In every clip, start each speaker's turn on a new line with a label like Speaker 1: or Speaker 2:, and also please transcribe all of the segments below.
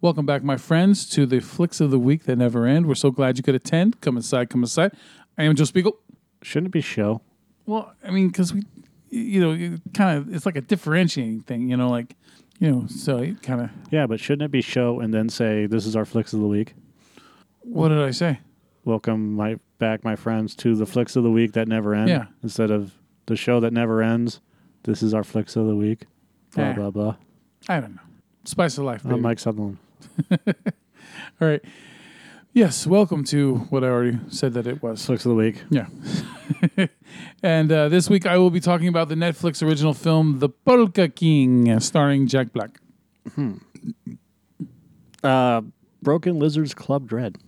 Speaker 1: Welcome back, my friends, to the flicks of the week that never end. We're so glad you could attend. Come inside, come inside. I am Joe Spiegel.
Speaker 2: Shouldn't it be show?
Speaker 1: Well, I mean, because we, you know, it kind of it's like a differentiating thing, you know, like, you know, so it kind of.
Speaker 2: Yeah, but shouldn't it be show and then say this is our flicks of the week?
Speaker 1: What did I say?
Speaker 2: Welcome my back, my friends, to the flicks of the week that never end.
Speaker 1: Yeah.
Speaker 2: Instead of the show that never ends, this is our flicks of the week. Blah
Speaker 1: Yeah.
Speaker 2: blah blah.
Speaker 1: I don't know. Spice of life. Baby.
Speaker 2: I'm Mike Sutherland.
Speaker 1: All right. Yes, welcome to what I already said that it was.
Speaker 2: Flicks of the week.
Speaker 1: Yeah. and uh, this week I will be talking about the Netflix original film The Polka King, starring Jack Black.
Speaker 2: Uh, Broken Lizards Club Dread.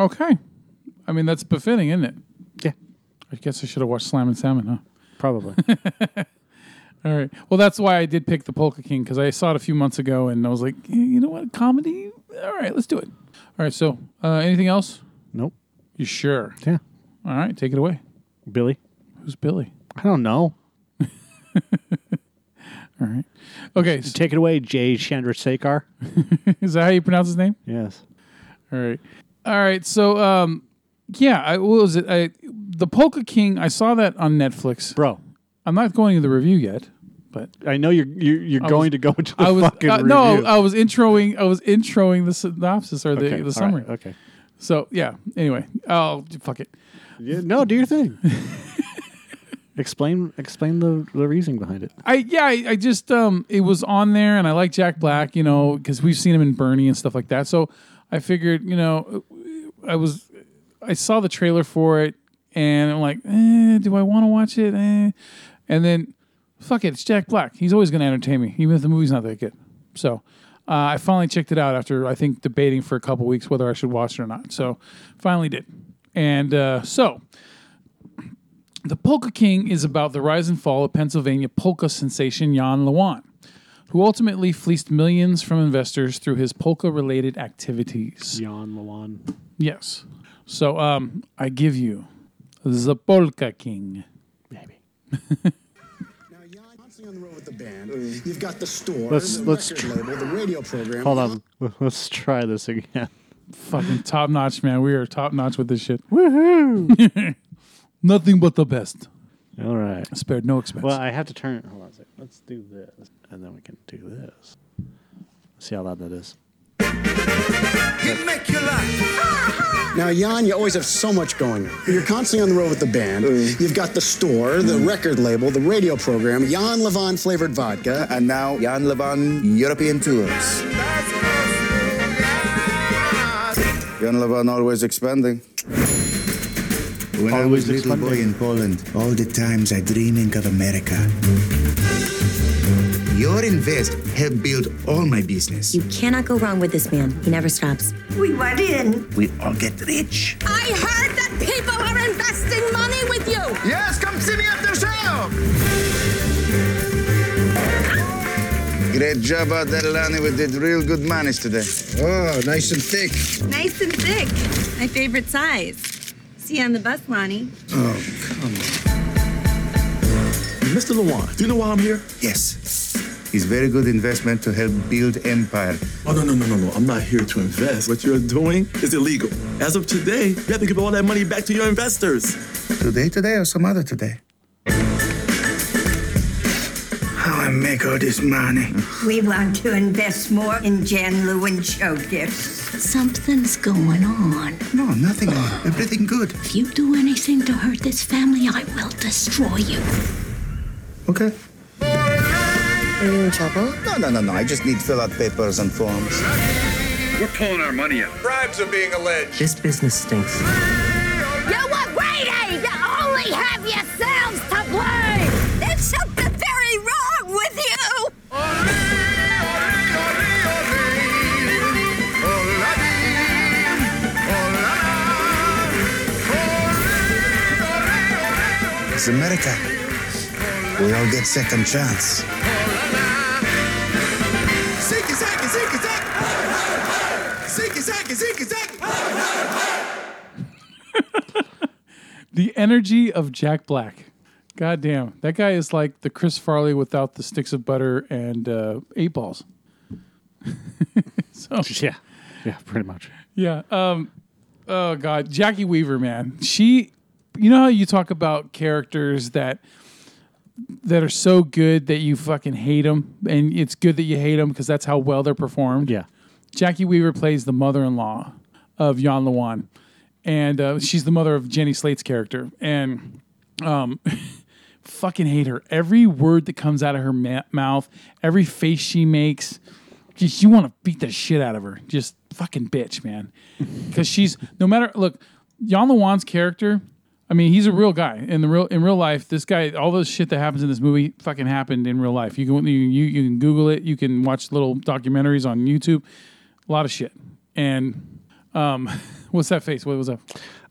Speaker 1: Okay. I mean, that's befitting, isn't it?
Speaker 2: Yeah,
Speaker 1: I guess I should have watched Slam and Salmon, huh?
Speaker 2: probably.
Speaker 1: All right. Well, that's why I did pick The Polka King because I saw it a few months ago and I was like, "Yeah, you know what? Comedy? All right, let's do it. All right. So, uh, anything else?
Speaker 2: nope.
Speaker 1: You sure?
Speaker 2: Yeah.
Speaker 1: All right. Take it away.
Speaker 2: Billy.
Speaker 1: Who's Billy?
Speaker 2: I don't know.
Speaker 1: All right. Okay. so-
Speaker 2: Take it away, Jay Chandrasekhar.
Speaker 1: is that how you pronounce his name?
Speaker 2: Yes.
Speaker 1: All right. All right. So, um, yeah, I, what was it? I, the Polka King, I saw that on Netflix.
Speaker 2: Bro,
Speaker 1: I'm not going to the review yet, but
Speaker 2: I know you're you're, you're
Speaker 1: was-
Speaker 2: going to go into the
Speaker 1: I was
Speaker 2: fucking
Speaker 1: uh, no,
Speaker 2: review.
Speaker 1: I was introing, I was introing the synopsis or the,
Speaker 2: Okay, all
Speaker 1: the summary.
Speaker 2: right, okay.
Speaker 1: So yeah. Anyway, oh fuck it.
Speaker 2: Yeah, no, do your thing. explain explain the, the reasoning behind it.
Speaker 1: I yeah, I, I just um, it was on there, and I like Jack Black, you know, because we've seen him in Bernie and stuff like that. So I figured, you know, I was, I saw the trailer for it, and I'm like, eh, do I want to watch it? Eh. And then, fuck it, it's Jack Black. He's always going to entertain me, even if the movie's not that good. So. Uh, I finally checked it out after I think debating for a couple weeks whether I should watch it or not. So, finally did, and uh, so the Polka King is about the rise and fall of Pennsylvania polka sensation Jan Lewan, who ultimately fleeced millions from investors through his polka related activities.
Speaker 2: Jan Lawan.
Speaker 1: Yes. So um, I give you the Polka King.
Speaker 2: Maybe.
Speaker 3: Now, Jan, constantly on the road with the band. You've got the store,
Speaker 2: Let's-
Speaker 3: the
Speaker 2: let's
Speaker 3: record
Speaker 2: tr-
Speaker 3: label, the radio program.
Speaker 2: Hold on. Let's try this again.
Speaker 1: Fucking top notch, man. We are top notch with this shit. Woohoo! Nothing but the best.
Speaker 2: All right.
Speaker 1: Spared no expense.
Speaker 2: Well, I have to turn. Hold on a second. Let's do this, and then we can do this. See how loud that is.
Speaker 4: It make you laugh.
Speaker 3: Now, Jan, you always have so much going on. You're constantly on the road with the band. You've got the store, the
Speaker 2: Hmm.
Speaker 3: record label, the radio program, Jan Levon flavored vodka.
Speaker 4: And now Jan Levan European tours. Jan Levan always expanding. When I was little boy in Poland, all the times I dreaming of America. Your invest helped build all my business.
Speaker 5: You cannot go wrong with this man. He never stops.
Speaker 6: We went in.
Speaker 4: We all get rich.
Speaker 7: I heard that people are investing money with you.
Speaker 4: Yes, come see me after show. Great job out there, Lani. We did real good manage today. Oh, nice and thick.
Speaker 7: Nice and thick. My favorite size. See you on the bus, Lonnie.
Speaker 8: Mr. Lawan, do you know why I'm here?
Speaker 4: Yes. It's very good investment to help build empire.
Speaker 8: Oh, no, no, no, no, no. I'm not here to invest. What you're doing is illegal. As of today, you have to give all that money back to your investors.
Speaker 4: Today, today, or some other today? How I make all this money?
Speaker 6: We want to invest more in Jan Lewin show gifts.
Speaker 7: Something's going on.
Speaker 4: No, nothing. Everything good.
Speaker 7: If you do anything to hurt this family, I will destroy you.
Speaker 4: Okay.
Speaker 5: Are you in trouble?
Speaker 4: No, no, no, no. I just need fill out papers and forms.
Speaker 9: We're pulling our money out. Bribes are being alleged.
Speaker 10: This business stinks.
Speaker 7: You were waiting! You only have yourselves to blame! There's something very wrong with you!
Speaker 4: It's America. We all get second chance. Ziggy, zaggy, ziggy, zag. Ziggy, zaggy, ziggy, zag.
Speaker 1: the energy of Jack Black. God damn. That guy is like the Chris Farley without the sticks of butter and uh, eight balls. So
Speaker 2: Yeah. Oh, Yeah, pretty much.
Speaker 1: yeah. Um, oh God, Jackie Weaver, man. She, you know how you talk about characters that that are so good that you fucking hate them, and it's good that you hate them because that's how well they're performed.
Speaker 2: Yeah.
Speaker 1: Jackie Weaver plays the mother-in-law of Jan Lewan, and uh, she's the mother of Jenny Slate's character. And um, fucking hate her. Every word that comes out of her ma- mouth, every face she makes, just you want to beat the shit out of her. Just fucking bitch, man. Because she's no matter. Look, Jan Lewan's character. I mean, he's a real guy in the real in real life. This guy, all the shit that happens in this movie, fucking happened in real life. You can you you, you can Google it. You can watch little documentaries on YouTube. A lot of shit. And um, what's that face? What was that?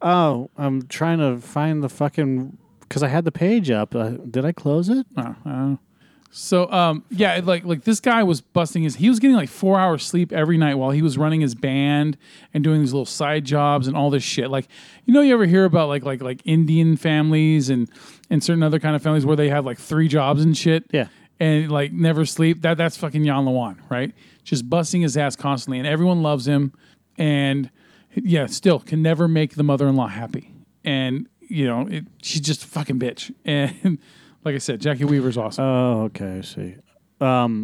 Speaker 2: Oh, I'm trying to find the fucking because I had the page up. Uh, did I close it?
Speaker 1: Oh, I don't know. So um, yeah, it, like like this guy was busting his. He was getting like four hours sleep every night while he was running his band and doing these little side jobs and all this shit. Like you know, you ever hear about like like like Indian families and and certain other kind of families where they have like three jobs and shit.
Speaker 2: Yeah.
Speaker 1: And like never sleep. That that's fucking Jan Lawan, right? Just busting his ass constantly, and everyone loves him. And yeah, still can never make the mother-in-law happy. And you know, it, she's just a fucking bitch. And like I said, Jackie Weaver's awesome.
Speaker 2: Oh, okay. I see. Um,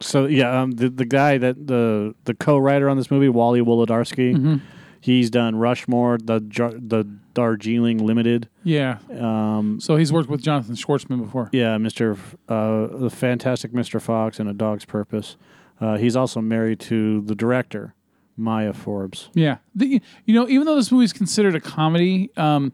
Speaker 2: so yeah, um, the the guy that the the co-writer on this movie, Wally Wolodarski,
Speaker 1: Mm-hmm.
Speaker 2: he's done Rushmore, the Jar- the Darjeeling Limited,
Speaker 1: Yeah. Um, so he's worked with Jonathan Schwartzman before.
Speaker 2: yeah, Mister F- uh, the Fantastic Mister Fox and A Dog's Purpose. Uh, he's also married to the director, Maya Forbes.
Speaker 1: Yeah. The, you know, even though this movie's considered a comedy, um,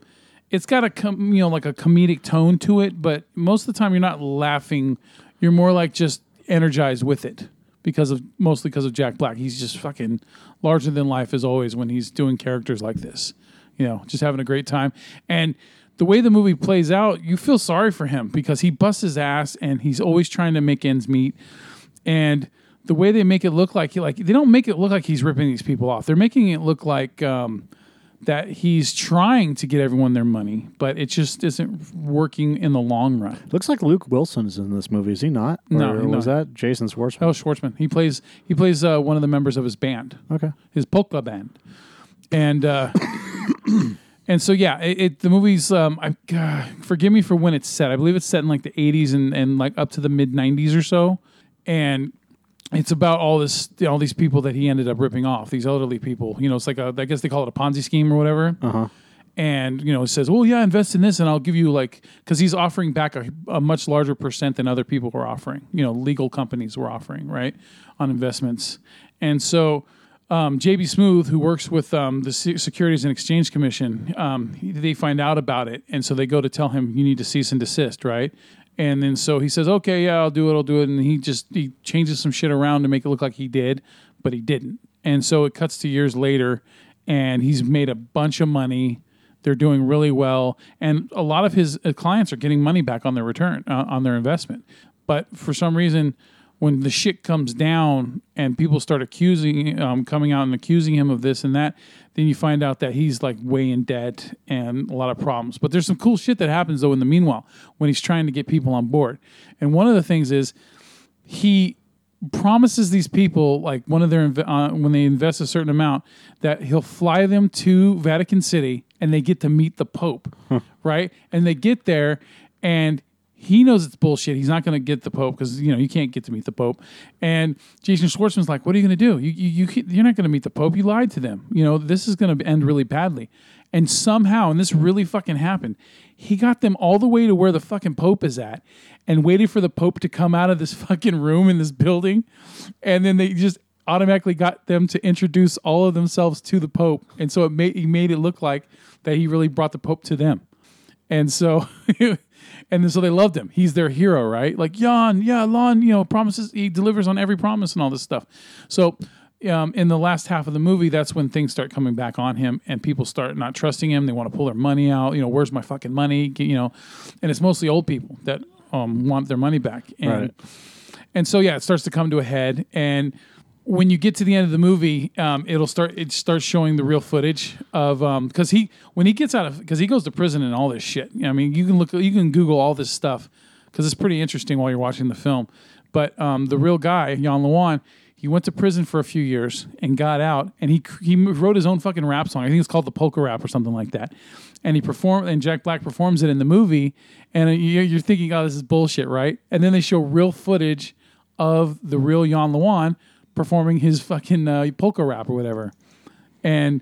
Speaker 1: it's got a com- you know like a comedic tone to it, but most of the time you're not laughing. You're more like just energized with it because of mostly because of Jack Black. He's just fucking larger than life as always when he's doing characters like this. You know, just having a great time. And the way the movie plays out, you feel sorry for him because he busts his ass and he's always trying to make ends meet. and the way they make it look like he like they don't make it look like he's ripping these people off. They're making it look like um, that he's trying to get everyone their money, but it just isn't working in the long run.
Speaker 2: Looks like Luke Wilson's in this movie. Is he not?
Speaker 1: No,
Speaker 2: Or
Speaker 1: he's
Speaker 2: was
Speaker 1: not.
Speaker 2: that Jason Schwartzman?
Speaker 1: Oh, Schwartzman. He plays he plays uh, one of the members of his band.
Speaker 2: Okay.
Speaker 1: his polka band, and uh, and so yeah, it, it the movie's. Um, I God, forgive me for when it's set. I believe it's set in like the '80s and and like up to the mid '90s or so, and it's about all this all these people that he ended up ripping off. These elderly people, you know, it's like a, I guess they call it a Ponzi scheme or whatever. Uh-huh. And you know, it says, "Well, yeah, invest in this, and I'll give you like because he's offering back a, a much larger percent than other people were offering. You know, legal companies were offering right on investments, and so." um, JB Smooth, who works with um, the Se- Securities and Exchange Commission, um, he- they find out about it, and so they go to tell him you need to cease and desist, right? And then so he says, "Okay, yeah, I'll do it, I'll do it," and he just he changes some shit around to make it look like he did, but he didn't. And so it cuts to years later, and he's made a bunch of money. They're doing really well, and a lot of his uh, clients are getting money back on their return uh, on their investment. But for some reason, when the shit comes down and people start accusing, um, coming out and accusing him of this and that, then you find out that he's like way in debt and a lot of problems. But there's some cool shit that happens though in the meanwhile when he's trying to get people on board. And one of the things is he promises these people like one of their inv- uh, when they invest a certain amount that he'll fly them to Vatican City and they get to meet the Pope, right? And they get there and he knows it's bullshit. He's not going to get the Pope because you know you can't get to meet the Pope. And Jason Schwartzman's like, "What are you going to do? You, you you can't- you're not going to meet the Pope. You lied to them. You know this is going to end really badly." And somehow, and this really fucking happened, he got them all the way to where the fucking Pope is at, and waited for the Pope to come out of this fucking room in this building, and then they just automatically got them to introduce all of themselves to the Pope, and so it made he made it look like that he really brought the Pope to them. And so, and then so they loved him. He's their hero, right? Like Jan, yeah, Lon, you know, promises he delivers on every promise and all this stuff. So, um, in the last half of the movie, that's when things start coming back on him, and people start not trusting him. They want to pull their money out. You know, where's my fucking money? Get- You know, and it's mostly old people that um, want their money back. And
Speaker 2: Right.
Speaker 1: and so yeah, it starts to come to a head. And when you get to the end of the movie, um, it'll start it starts showing the real footage of because he when he gets out of because he goes to prison and all this shit. I mean, you can look you can Google all this stuff because it's pretty interesting while you're watching the film. But um, the real guy, Jan Lawan, He went to prison for a few years and got out, and he cr- he wrote his own fucking rap song. I think it's called the Polka Rap or something like that. And he performed, and Jack Black performs it in the movie. And you're, you're thinking, oh, this is bullshit, right? And then they show real footage of the real Jan Lawan performing his fucking uh, polka rap or whatever. And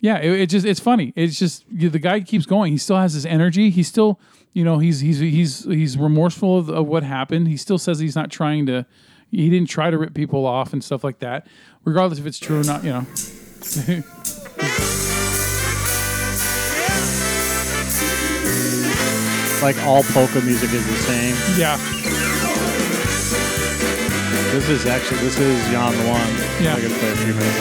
Speaker 1: yeah, it, it just it's funny. It's just you- the guy keeps going. He still has his energy. He's still, you know, he's he's he's he's remorseful of, of what happened. He still says he's not trying to. He didn't try to rip people off and stuff like that. Regardless if it's true or not, you know.
Speaker 2: Like all polka music is the same.
Speaker 1: yeah,
Speaker 2: This is actually this is Jan the one.
Speaker 1: Yeah.
Speaker 2: I could play a few minutes.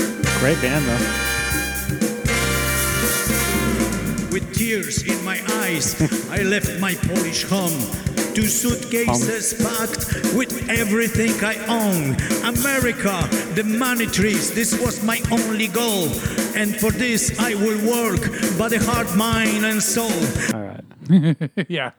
Speaker 2: of it. Great band though.
Speaker 10: With tears in my eyes, I left my Polish home. Two suitcases packed with everything I own. America, the money trees, this was my only goal. And for this I will work, but a heart, mind, and soul.
Speaker 2: All right.
Speaker 1: yeah.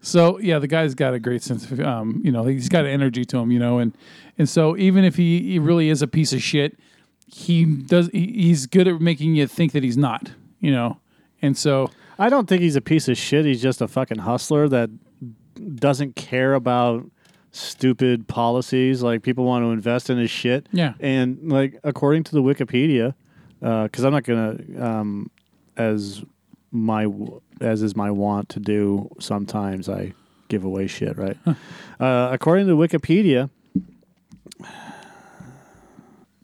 Speaker 1: So yeah, the guy's got a great sense of um, you know, he's got energy to him, you know, and and so even if he, he really is a piece of shit, he does he, he's good at making you think that he's not, you know. And so
Speaker 2: I don't think he's a piece of shit. He's just a fucking hustler that doesn't care about stupid policies. Like people want to invest in his shit.
Speaker 1: Yeah.
Speaker 2: And like according to the Wikipedia, because I'm not gonna um, as my as is my want to do. Sometimes I give away shit, right? uh, according to Wikipedia.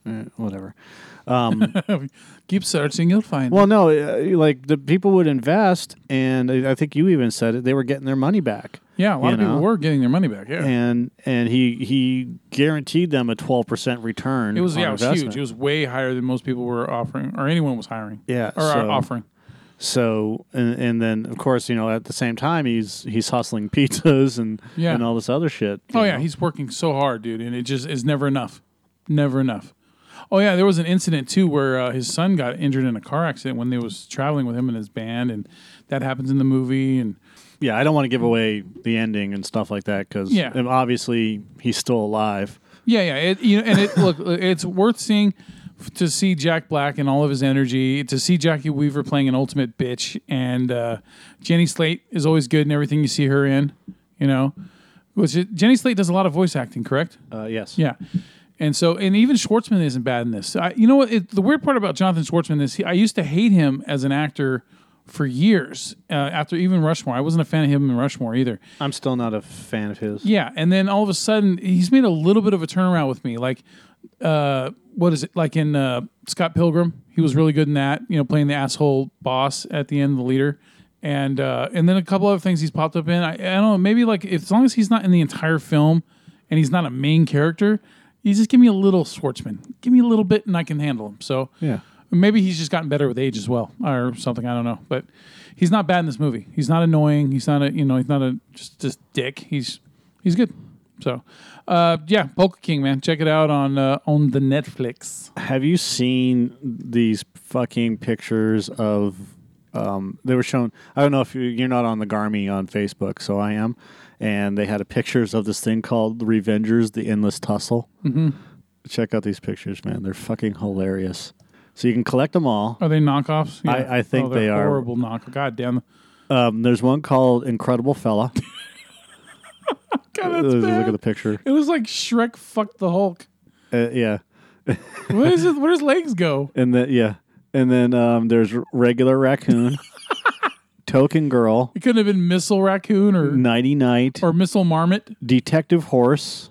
Speaker 2: eh, Whatever.
Speaker 1: keep searching, you'll find
Speaker 2: Well, no, uh, like the people would invest, and I I think you even said it. They were getting their money back.
Speaker 1: Yeah, a lot
Speaker 2: you
Speaker 1: of people
Speaker 2: know?
Speaker 1: were getting their money back. Yeah.
Speaker 2: and and he he guaranteed them a twelve percent return.
Speaker 1: it was
Speaker 2: on
Speaker 1: yeah, it was
Speaker 2: investment.
Speaker 1: huge. It was way higher than most people were offering or anyone was hiring.
Speaker 2: Yeah,
Speaker 1: Or uh,
Speaker 2: so-
Speaker 1: offering.
Speaker 2: so, and, and then of course you know at the same time he's he's hustling pizzas and
Speaker 1: Yeah.
Speaker 2: and all this other shit. you
Speaker 1: Oh yeah,
Speaker 2: know?
Speaker 1: he's working so hard, dude, and it just is never enough. Never enough. Oh yeah, there was an incident too where uh, his son got injured in a car accident when they was traveling with him and his band, and that happens in the movie. And
Speaker 2: yeah. I don't want to give away the ending and stuff like that because
Speaker 1: Yeah.
Speaker 2: obviously he's still alive.
Speaker 1: yeah, yeah, it, you know, and it look, it's worth seeing f- to see Jack Black and all of his energy, to see Jackie Weaver playing an ultimate bitch, and uh, Jenny Slate is always good in everything you see her in, you know. Which is, Jenny Slate does a lot of voice acting, correct?
Speaker 2: Uh, yes.
Speaker 1: Yeah. And so, and even Schwartzman isn't bad in this. I, you know what? It, the weird part about Jonathan Schwartzman is he, I used to hate him as an actor for years. Uh, after even Rushmore, I wasn't a fan of him in Rushmore either.
Speaker 2: I'm still not a fan of his.
Speaker 1: Yeah, and then all of a sudden, he's made a little bit of a turnaround with me. Like, uh, what is it? Like in uh, Scott Pilgrim, he was really good in that. You know, playing the asshole boss at the end, the leader, and uh, and then a couple other things he's popped up in. I, I don't know. Maybe like if, as long as he's not in the entire film and he's not a main character, you just give me a little Schwartzman. Give me a little bit, and I can handle him. So
Speaker 2: Yeah.
Speaker 1: Maybe he's just gotten better with age as well, or something. I don't know, but he's not bad in this movie. He's not annoying. He's not a you know he's not a just just dick. He's he's good. So, uh, yeah, Polka King, man, check it out on uh, on the Netflix.
Speaker 2: Have you seen these fucking pictures of? Um, they were shown. I don't know if you- you're not on the Garmy on Facebook, so I am. And they had a pictures of this thing called the Revengers: The Endless Tussle. Mm-hmm. Check out these pictures, man. They're fucking hilarious. So you can collect them all.
Speaker 1: Are they knockoffs? Yeah. Oh,
Speaker 2: I- I think
Speaker 1: they're
Speaker 2: they are.
Speaker 1: horrible knockoff. God damn,
Speaker 2: Um, there's one called Incredible Fella.
Speaker 1: God,
Speaker 2: Uh,
Speaker 1: that's
Speaker 2: Look
Speaker 1: bad.
Speaker 2: at the picture.
Speaker 1: It was like Shrek fucked the Hulk.
Speaker 2: Uh, yeah,
Speaker 1: Where is it? Where does legs go?
Speaker 2: and then yeah, and then um, there's regular raccoon, token girl,
Speaker 1: It couldn't have been Missile Raccoon or
Speaker 2: nighty night,
Speaker 1: or Missile Marmot.
Speaker 2: detective horse.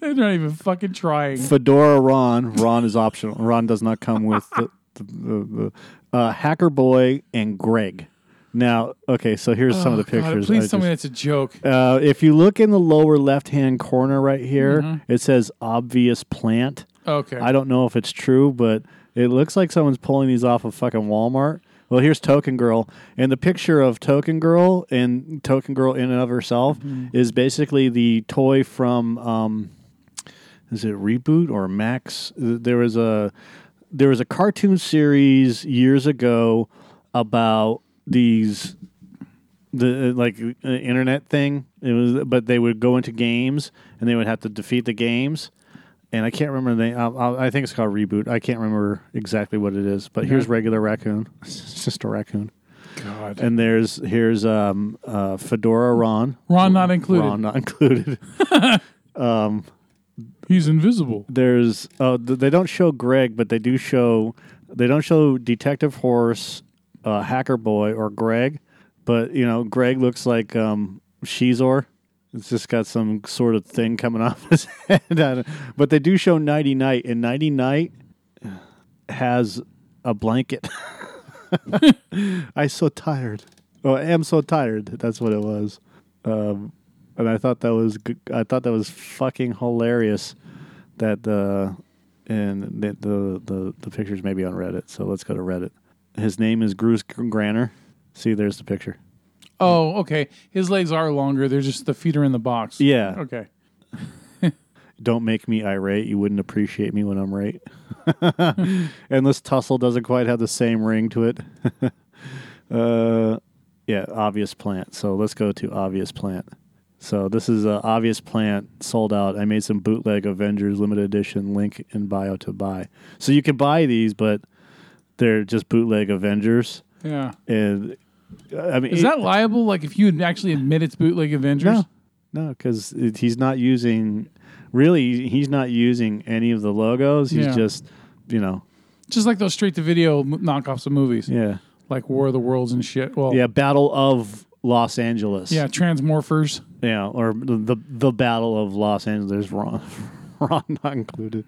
Speaker 1: They're not even fucking trying.
Speaker 2: Fedora Ron. Ron is optional. Ron does not come with the, the, the, the uh, Hacker Boy and Greg. Now, okay, so here's some of the
Speaker 1: Oh, God,
Speaker 2: pictures. I
Speaker 1: please tell me that's
Speaker 2: just-
Speaker 1: a joke.
Speaker 2: uh, if you look in the lower left hand corner right here,
Speaker 1: Mm-hmm.
Speaker 2: it says obvious plant.
Speaker 1: Okay.
Speaker 2: I don't know if it's true, but it looks like someone's pulling these off of fucking Walmart. Well, here's Token Girl, and the picture of Token Girl and Token Girl in and of herself is basically the toy from um, is it reboot or Max? There was a there was a cartoon series years ago about these the uh, like uh, internet thing. It was, but they would go into games and they would have to defeat the games. And I can't remember the name. I'll, I'll, I think it's called reboot. I can't remember exactly what it is. But here's regular raccoon. It's just a raccoon.
Speaker 1: God.
Speaker 2: And there's here's um, uh, Fedora Ron.
Speaker 1: Ron not included.
Speaker 2: Ron not included. um,
Speaker 1: He's invisible.
Speaker 2: there's uh, th- they don't show Greg, but they do show they don't show Detective Horse, uh, Hacker Boy, or Greg. But you know, Greg looks like um, Shizor. It's just got some sort of thing coming off his head. I don't- But they do show Nighty Night, and Nighty Night has a blanket. I so tired. Oh, I am so tired. That's what it was. Um, and I thought that was g- I thought that was fucking hilarious. That uh, and the, the the the pictures may be on Reddit. So let's go to Reddit. His name is Bruce Granner. See, there's the picture.
Speaker 1: Oh, okay. His legs are longer. They're just the feet are in the box.
Speaker 2: Yeah.
Speaker 1: Okay.
Speaker 2: Don't make me irate. You wouldn't appreciate me when I'm right. Endless tussle doesn't quite have the same ring to it. uh, yeah, obvious plant. So let's go to obvious plant. So this is uh, obvious plant sold out. I made some bootleg Avengers limited edition link in bio to buy. So you can buy these, but they're just bootleg Avengers.
Speaker 1: Yeah.
Speaker 2: And uh, I mean,
Speaker 1: Is
Speaker 2: it-
Speaker 1: that liable? Like if you had actually admit it's bootleg Avengers?
Speaker 2: no, because he's not using. Really, he's not using any of the logos. He's
Speaker 1: Yeah.
Speaker 2: just, you know,
Speaker 1: Just like those straight to video knockoffs of movies.
Speaker 2: yeah,
Speaker 1: Like War of the Worlds and shit. Well,
Speaker 2: yeah. Battle of Los Angeles.
Speaker 1: yeah, Transmorphers.
Speaker 2: yeah, or the the Battle of Los Angeles. Ron, Ron not included.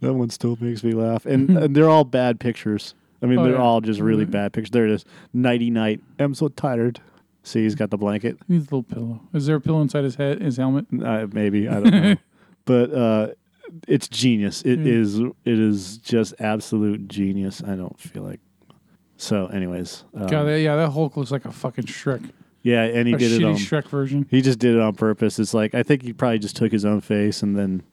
Speaker 2: That one still makes me laugh, and, and they're all bad pictures. I mean,
Speaker 1: Oh,
Speaker 2: they're
Speaker 1: yeah.
Speaker 2: all just really bad pictures. There it is. Nighty night. I'm so tired. See, he's got the blanket.
Speaker 1: He needs a little pillow. Is there a pillow inside his head, his helmet?
Speaker 2: uh, maybe I don't know, but uh, it's genius.
Speaker 1: Hmm.
Speaker 2: It is. It is just absolute genius. I don't feel like. So, anyways, um,
Speaker 1: God, that, yeah, that Hulk looks like a fucking Shrek.
Speaker 2: yeah, and he
Speaker 1: a shitty
Speaker 2: did it on.
Speaker 1: Shrek version.
Speaker 2: He just did it on purpose. It's like I think he probably just took his own face and then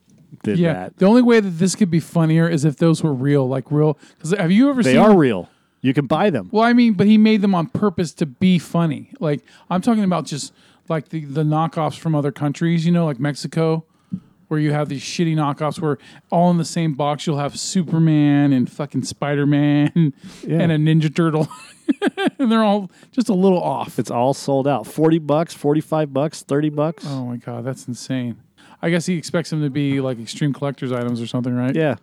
Speaker 2: did
Speaker 1: yeah.
Speaker 2: that.
Speaker 1: The only way that this could be funnier is if those were real, like real. Because have you ever
Speaker 2: They
Speaker 1: seen?
Speaker 2: are real. You can buy them.
Speaker 1: Well, I mean, but he made them on purpose to be funny. Like I'm talking about just like the the knockoffs from other countries, you know, like Mexico, where you have these shitty knockoffs where all in the same box you'll have Superman and fucking Spider Man
Speaker 2: Yeah.
Speaker 1: and a Ninja Turtle, and they're all just a little off.
Speaker 2: It's all sold out. Forty bucks, forty-five bucks, thirty bucks.
Speaker 1: Oh my god, that's insane. I guess he expects them to be like extreme collectors items or something, right?
Speaker 2: Yeah,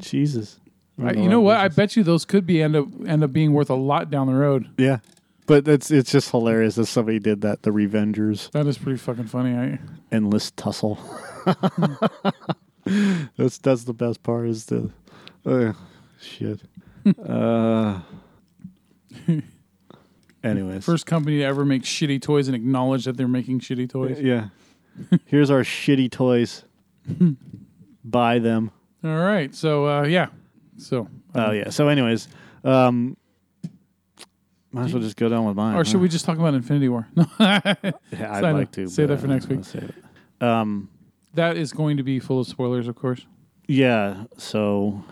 Speaker 2: Jesus.
Speaker 1: I, you know what? I bet you those could be end up end up being worth a lot down the road.
Speaker 2: Yeah, but it's it's just hilarious that somebody did that. The Revengers.
Speaker 1: That is pretty fucking funny. I,
Speaker 2: endless tussle. that's that's the best part is the uh, shit. uh, anyways,
Speaker 1: first company to ever make shitty toys and acknowledge that they're making shitty toys.
Speaker 2: yeah. Here's our shitty toys. Buy them.
Speaker 1: All right, so uh, yeah, so
Speaker 2: Oh yeah. So anyways, um, might as well just go down with mine.
Speaker 1: or should
Speaker 2: huh?
Speaker 1: we just talk about Infinity War? No,
Speaker 2: Yeah,
Speaker 1: Sign
Speaker 2: I'd
Speaker 1: up.
Speaker 2: like to
Speaker 1: Save
Speaker 2: but
Speaker 1: that for
Speaker 2: I'm
Speaker 1: next
Speaker 2: gonna
Speaker 1: week.
Speaker 2: save it. Um,
Speaker 1: that is going to be full of spoilers, of course.
Speaker 2: yeah. So,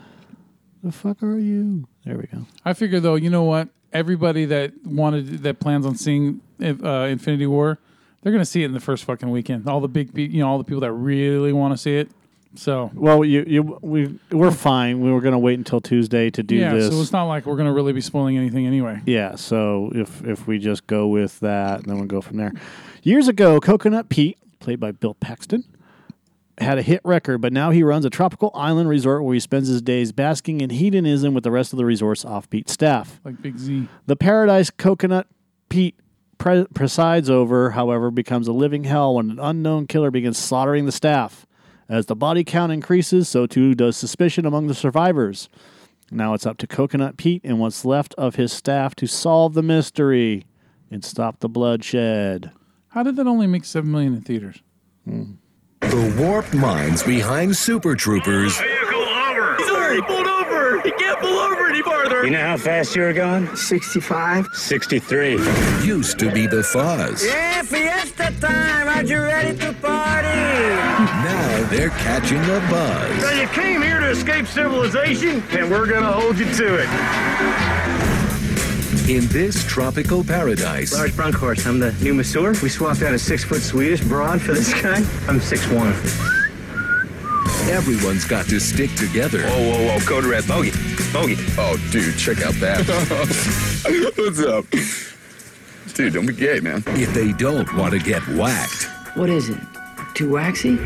Speaker 2: the fuck are you? There we go.
Speaker 1: I figure though, you know what? Everybody that wanted that plans on seeing uh, Infinity War, they're gonna see it in the first fucking weekend. All the big, pe- you know, all the people that really want to see it. So
Speaker 2: Well, you, you we we're fine. We were gonna wait until Tuesday to do
Speaker 1: yeah,
Speaker 2: this.
Speaker 1: so it's not like we're gonna really be spoiling anything anyway.
Speaker 2: yeah, so if if we just go with that, then we'll go from there. Years ago, Coconut Pete, played by Bill Paxton, had a hit record, but now he runs a tropical island resort where he spends his days basking in hedonism with the rest of the resort's offbeat staff.
Speaker 1: Like Big Z.
Speaker 2: The paradise Coconut Pete pre- presides over, however, becomes a living hell when an unknown killer begins slaughtering the staff. As the body count increases, so too does suspicion among the survivors. Now it's up to Coconut Pete and what's left of his staff to solve the mystery and stop the bloodshed.
Speaker 1: How did that only make seven million in theaters?
Speaker 11: The warped minds behind Super Troopers
Speaker 8: Sorry, pulled over. He can't pull over any farther.
Speaker 9: You know how fast you were going? 65. 63.
Speaker 11: used to be the fuzz.
Speaker 9: Yeah, fiesta time. Aren't you ready to party?
Speaker 11: Now they're catching a buzz.
Speaker 9: you came here to escape civilization, and we're going to hold you to it.
Speaker 11: in this tropical paradise.
Speaker 12: Lars Bronkhorst, I'm the new masseur. We swapped out a six foot Swedish broad for this guy. I'm six one.
Speaker 11: Everyone's got to stick together.
Speaker 9: Whoa, whoa, whoa, code red, bogey, bogey. Oh, dude, check out that. What's up? Dude, don't be gay, man.
Speaker 11: If they don't want to get whacked,
Speaker 13: What is it? Too waxy?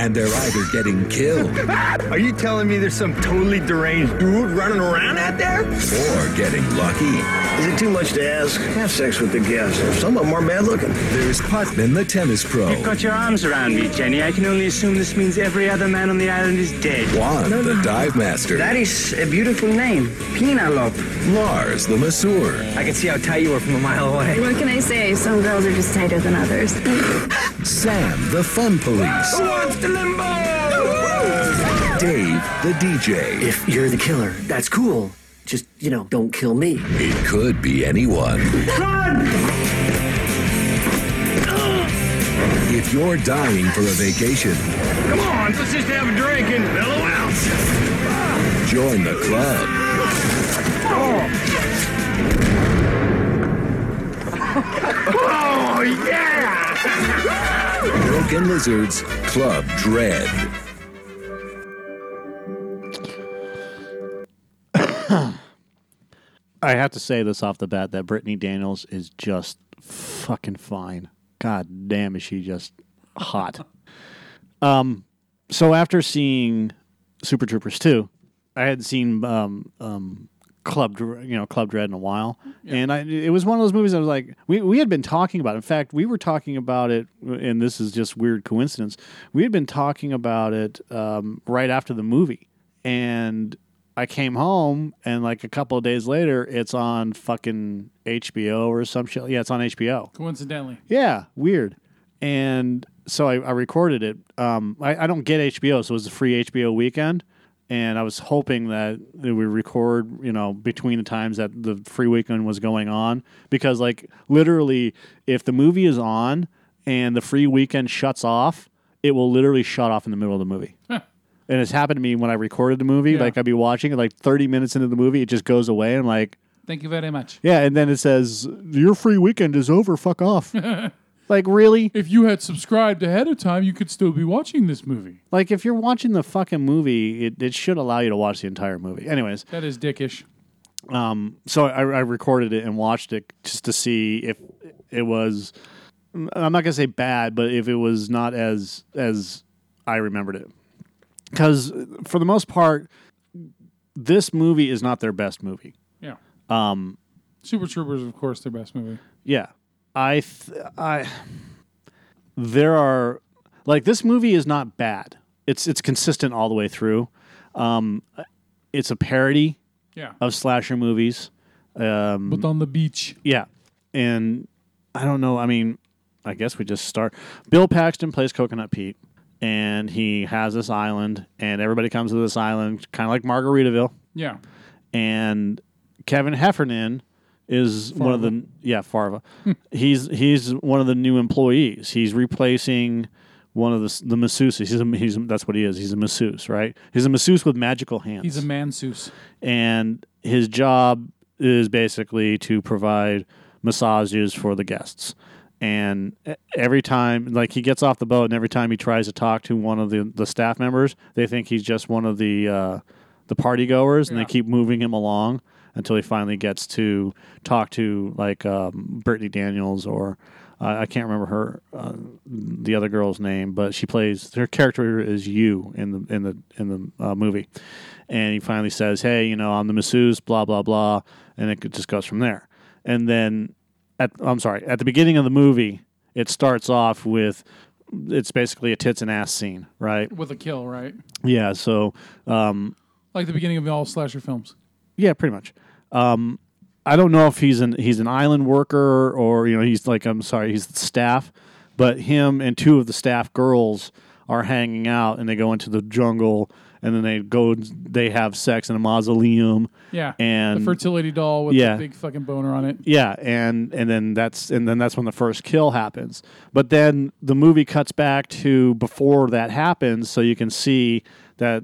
Speaker 11: and they're either getting killed
Speaker 12: Are you telling me there's some totally deranged dude running around out there?
Speaker 11: or getting lucky.
Speaker 12: Is it too much to ask? Have sex with the guests. Some of them are bad looking.
Speaker 11: There's Putman, the tennis pro.
Speaker 12: You've got your arms around me, Jenny. I can only assume this means every other man on the island is dead.
Speaker 11: Juan, the dive master.
Speaker 12: That is a beautiful name. Penelope.
Speaker 11: Lars, the masseur.
Speaker 12: I can see how tight you are from a mile away.
Speaker 14: What can I say? Some girls are just tighter than others.
Speaker 11: Sam, the fun police.
Speaker 12: Who wants the limbo?
Speaker 11: Dave, the DJ.
Speaker 15: If you're the killer, that's cool. Just, you know, don't kill me.
Speaker 11: It could be anyone. If you're dying for a vacation,
Speaker 12: Come on, let's just have a drink and mellow out.
Speaker 11: join the club.
Speaker 12: Oh, yeah!
Speaker 11: Broken Lizards Club Dread.
Speaker 2: I have to say this off the bat that Brittany Daniels is just fucking fine. God damn, is she just hot. um, so after seeing Super Troopers 2, I hadn't seen um, um, Club, Dr- you know, Club Dread in a while, and I, it was one of those movies. I was like, we we had been talking about. It. In fact, we were talking about it, and this is just weird coincidence. We had been talking about it um, right after the movie, and I came home, and like a couple of days later, it's on fucking HBO or some shit. Yeah, it's on HBO.
Speaker 1: Coincidentally.
Speaker 2: Yeah, weird. And so I, I recorded it. Um, I, I don't get HBO, so it was a free HBO weekend. And I was hoping that we record, you know, between the times that the free weekend was going on. Because, like, literally, if the movie is on and the free weekend shuts off, it will literally shut off in the middle of the movie. And it's happened to me when I recorded the movie.
Speaker 1: Yeah.
Speaker 2: Like, I'd be watching it, like, 30 minutes into the movie, it just goes away. And, like,
Speaker 1: Thank you very much.
Speaker 2: yeah, and then it says, Your free weekend is over. Fuck off. like, really?
Speaker 1: If you had subscribed ahead of time, you could still be watching this movie.
Speaker 2: Like, if you're watching the fucking movie, it, it should allow you to watch the entire movie. Anyways,
Speaker 1: That is dickish.
Speaker 2: um, so I, I recorded it and watched it just to see if it was. I'm not gonna say bad, but if it was not as as I remembered it, because for the most part, this movie is not their best movie.
Speaker 1: Yeah.
Speaker 2: Um,
Speaker 1: Super Troopers, of course, their best movie.
Speaker 2: Yeah. I th- I there are like this movie is not bad. It's it's consistent all the way through. Um it's a parody
Speaker 1: Yeah.
Speaker 2: of slasher movies. Um
Speaker 1: But Um, on the beach.
Speaker 2: yeah. And I don't know. I mean, I guess we just start. Bill Paxton plays Coconut Pete, and he has this island, and everybody comes to this island, kind of like Margaritaville.
Speaker 1: Yeah.
Speaker 2: And Kevin Heffernan is one of the yeah Farva. he's he's one of the new employees. He's replacing one of the s- the masseuses. He's a, he's that's what he is. He's a masseuse, right? He's a masseuse with magical hands
Speaker 1: He's a mansus.
Speaker 2: and his job is basically to provide massages for the guests. And e- every time, like he gets off the boat, and every time he tries to talk to one of the, the staff members, they think he's just one of the uh, the party goers, and
Speaker 1: Yeah.
Speaker 2: they keep moving him along until he finally gets to talk to like um, Brittany Daniels or uh, I can't remember her uh, the other girl's name, but she plays her character is you in the in the in the uh, movie, and he finally says, "Hey, you know, I'm the masseuse, blah blah blah," and it just goes from there. And then, at I'm sorry, at the beginning of the movie, it starts off with it's basically a tits and ass scene, right?
Speaker 1: With a kill, right?
Speaker 2: Yeah, so um,
Speaker 1: Like the beginning of all slasher films.
Speaker 2: yeah, pretty much. Um, I don't know if he's an he's an island worker or you know he's like I'm sorry he's the staff, but him and two of the staff girls are hanging out and they go into the jungle and then they go they have sex in a mausoleum.
Speaker 1: Yeah.
Speaker 2: and
Speaker 1: the fertility doll with
Speaker 2: Yeah.
Speaker 1: the big fucking boner on it.
Speaker 2: yeah, and and then that's and then that's when the first kill happens. But then the movie cuts back to before that happens, so you can see that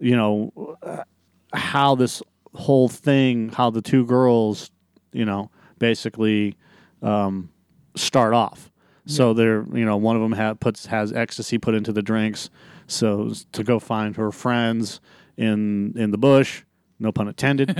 Speaker 2: you know uh, how this whole thing how the two girls, you know, basically um, start off. So they're you know one of them ha- puts has ecstasy put into the drinks, so s- to go find her friends in in the bush, no pun intended,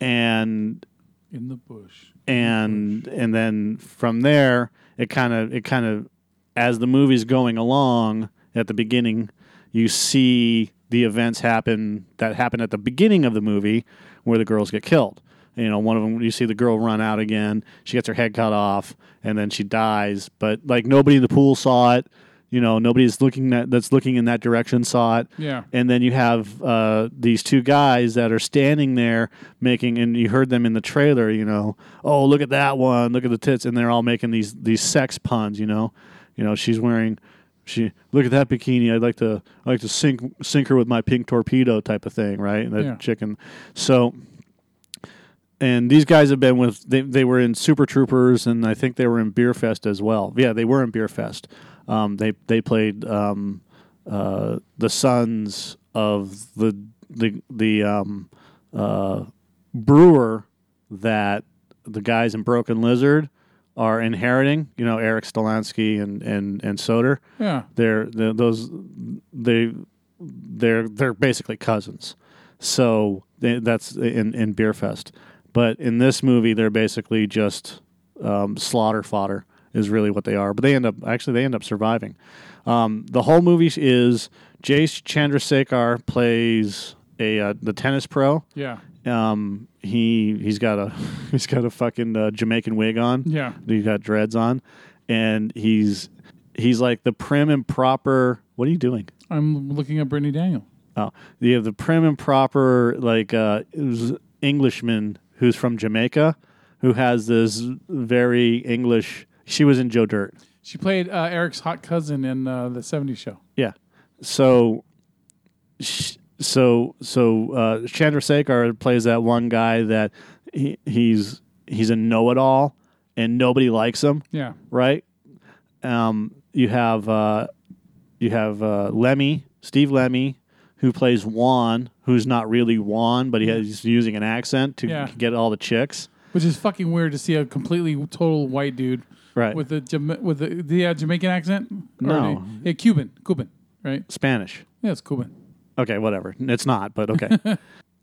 Speaker 2: and
Speaker 1: in the bush.
Speaker 2: and and then from there it kind of it kind of as the movie's going along at the beginning you see the events happen that happen at the beginning of the movie where the girls get killed you know one of them you see the girl run out again she gets her head cut off and then she dies but like nobody in the pool saw it you know nobody's looking that that's looking in that direction saw it
Speaker 1: Yeah.
Speaker 2: and then you have uh, these two guys that are standing there making, and you heard them in the trailer, you know, oh look at that one, look at the tits, and they're all making these these sex puns, you know, you know she's wearing, she look at that bikini, I'd like to I'd like to sink sink her with my pink torpedo type of thing, right? That
Speaker 1: Yeah.
Speaker 2: chicken, so. And these guys have been with they, they were in Super Troopers and I think they were in Beer Fest as well. Yeah, they were in Beer Fest. Um, they they played um, uh, the sons of the the the um, uh, brewer that the guys in Broken Lizard are inheriting. You know, Eric Stolansky and and and Soder.
Speaker 1: Yeah.
Speaker 2: they're, they those they they're they're basically cousins. So they, that's in in Beerfest. But in this movie, they're basically just um, slaughter fodder is really what they are. But they end up actually they end up surviving. Um, the whole movie is Jace Chandrasekhar plays a uh, the tennis pro.
Speaker 1: Yeah.
Speaker 2: Um, he he's got a he's got a fucking uh, Jamaican wig on.
Speaker 1: Yeah.
Speaker 2: he's got dreads on, and he's he's like the prim and proper. What are you doing?
Speaker 1: I'm looking at Brittany Daniel.
Speaker 2: Oh, you have the prim and proper like uh, it was Englishman who's from Jamaica, who has this very English. She was in Joe Dirt.
Speaker 1: She played uh, Eric's hot cousin in uh, the '70s show.
Speaker 2: Yeah. So, sh- so so uh, Chandrasekhar plays that one guy that he, he's he's a know-it-all and nobody likes him.
Speaker 1: Yeah.
Speaker 2: Right. Um, you have uh, you have uh, Lemmy, Steve Lemmy, who plays Juan, who's not really Juan, but he has, he's using an accent to
Speaker 1: Yeah.
Speaker 2: get all the chicks.
Speaker 1: Which is fucking weird to see a completely total white dude,
Speaker 2: Right.
Speaker 1: With the Jama- with the, the uh, Jamaican accent. Or
Speaker 2: No.
Speaker 1: the- yeah, Cuban, Cuban, right?
Speaker 2: Spanish.
Speaker 1: Yeah, it's Cuban.
Speaker 2: Okay, whatever. It's not, but okay.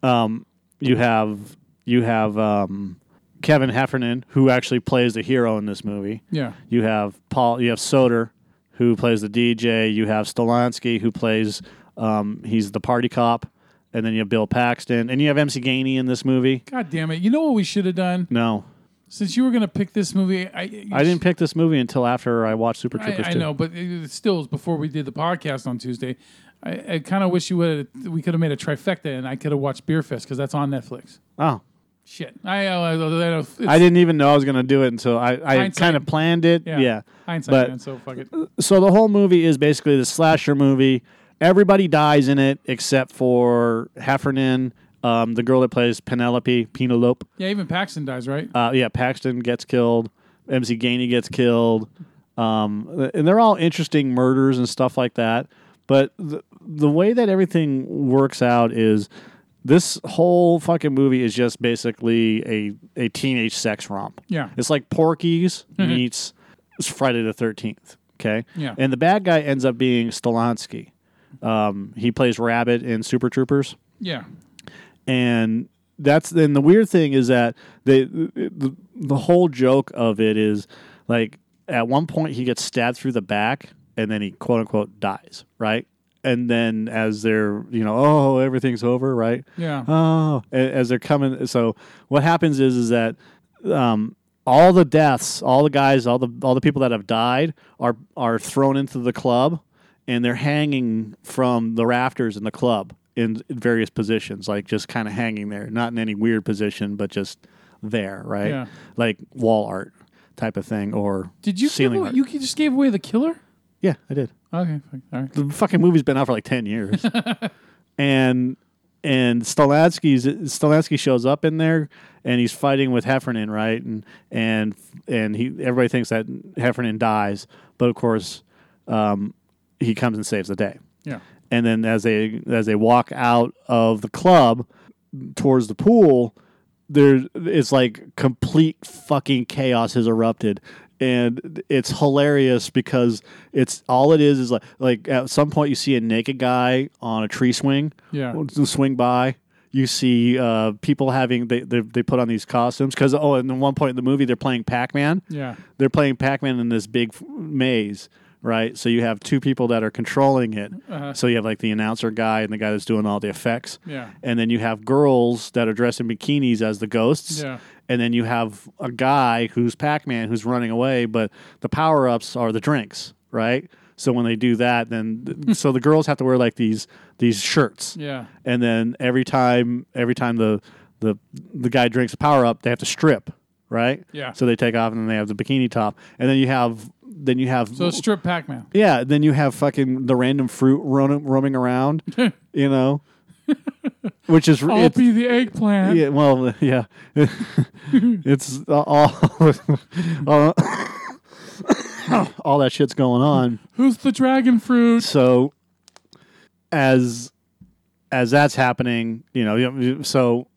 Speaker 2: um, you have you have um, Kevin Heffernan, who actually plays the hero in this movie.
Speaker 1: Yeah.
Speaker 2: You have Paul. You have Soder, who plays the DJ. You have Stolansky, who plays um, he's the party cop, and then you have Bill Paxton, and you have MC Gainey in this movie.
Speaker 1: God damn it! You know what we should have done?
Speaker 2: No,
Speaker 1: Since you were gonna pick this movie, I
Speaker 2: I didn't pick this movie until after I watched Super
Speaker 1: I,
Speaker 2: Troopers.
Speaker 1: I
Speaker 2: 2.
Speaker 1: know, but it it still is before we did the podcast on Tuesday. I, I kind of wish you would. We could have made a trifecta, and I could have watched Beer Fest because that's on Netflix.
Speaker 2: Oh,
Speaker 1: Shit, I I, I,
Speaker 2: I didn't even know I was going to do it until I, I
Speaker 1: Hindsight.
Speaker 2: kind of planned it. Yeah.
Speaker 1: hindsight,
Speaker 2: But
Speaker 1: man. So fuck it.
Speaker 2: so the whole movie is basically the slasher movie. Everybody dies in it except for Heffernan, um, the girl that plays Penelope, Penelope.
Speaker 1: Yeah, even Paxton dies, right?
Speaker 2: Uh, yeah, Paxton gets killed. MC Gainey gets killed. Um, and they're all interesting murders and stuff like that. But the, the way that everything works out is this whole fucking movie is just basically a, a teenage sex romp.
Speaker 1: Yeah.
Speaker 2: It's like Porky's
Speaker 1: Mhm.
Speaker 2: meets Friday the 13th. Okay.
Speaker 1: Yeah.
Speaker 2: And the bad guy ends up being Stolansky. Um, he plays Rabbit in Super Troopers
Speaker 1: Yeah,
Speaker 2: and that's then the weird thing is that they the, the whole joke of it is like at one point he gets stabbed through the back and then he quote unquote dies right and then as they're you know oh everything's over right
Speaker 1: Yeah.
Speaker 2: oh a- as they're coming so what happens is is that um all the deaths all the guys all the all the people that have died are are thrown into the club and they're hanging from the rafters in the club in various positions, like just kind of hanging there, not in any weird position, but just there, right?
Speaker 1: Yeah.
Speaker 2: Like wall art type of thing, or
Speaker 1: Did you give
Speaker 2: ceiling
Speaker 1: away,
Speaker 2: art.
Speaker 1: you just gave away the killer?
Speaker 2: yeah, I did.
Speaker 1: Okay, fuck, all right.
Speaker 2: The fucking movie's been out for like ten years, and and Stalansky's Stalansky shows up in there, and he's fighting with Heffernan, right? And and and he everybody thinks that Heffernan dies, but of course, um, he comes and saves the day
Speaker 1: Yeah.
Speaker 2: and then as they as they walk out of the club towards the pool, there it's like complete fucking chaos has erupted. And it's hilarious because it's all it is is like like at some point you see a naked guy on a tree swing,
Speaker 1: Yeah.
Speaker 2: swing by. You see uh, people having they, they they put on these costumes because oh, and then one point in the movie they're playing Pac Man,
Speaker 1: Yeah.
Speaker 2: they're playing Pac-Man in this big f- maze, right? So you have two people that are controlling it.
Speaker 1: Uh-huh.
Speaker 2: So you have like the announcer guy and the guy that's doing all the effects.
Speaker 1: Yeah.
Speaker 2: And then you have girls that are dressed in bikinis as the ghosts.
Speaker 1: Yeah.
Speaker 2: And then you have a guy who's Pac-Man who's running away, but the power-ups are the drinks, right? So when they do that, then so the girls have to wear like these these shirts
Speaker 1: Yeah.
Speaker 2: and then every time every time the the the guy drinks a power up, they have to strip, right?
Speaker 1: Yeah.
Speaker 2: So they take off and then they have the bikini top, and then you have then you have
Speaker 1: So strip Pac Man.
Speaker 2: yeah, then you have fucking the random fruit roam, roaming around, you know, which is
Speaker 1: I'll
Speaker 2: it's-
Speaker 1: be the eggplant.
Speaker 2: yeah, well, yeah, it's all all, all that shit's going on.
Speaker 1: Who's the dragon fruit?
Speaker 2: So as as that's happening, you know, you- so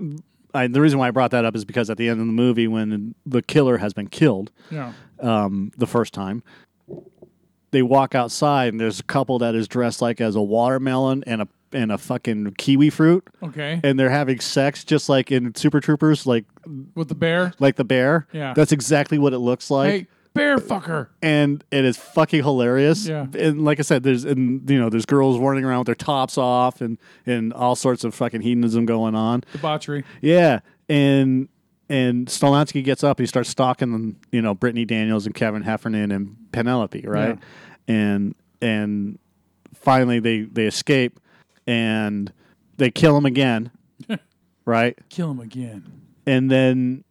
Speaker 2: I, the reason why I brought that up is because at the end of the movie, when the killer has been killed,
Speaker 1: Yeah.
Speaker 2: um, the first time, they walk outside and there's a couple that is dressed like as a watermelon and a and a fucking kiwi fruit,
Speaker 1: Okay.
Speaker 2: and they're having sex just like in Super Troopers, like
Speaker 1: With the bear.
Speaker 2: like the bear.
Speaker 1: Yeah.
Speaker 2: that's exactly what it looks like
Speaker 1: hey, bear fucker.
Speaker 2: and it is fucking hilarious.
Speaker 1: Yeah.
Speaker 2: And like I said, there's and you know there's girls running around with their tops off and and all sorts of fucking hedonism going on.
Speaker 1: Debauchery.
Speaker 2: Yeah, and and Stolansky gets up. He starts stalking you know Brittany Daniels and Kevin Heffernan and Penelope, right? And and finally they they escape and they kill him again, right?
Speaker 1: Kill him again.
Speaker 2: and then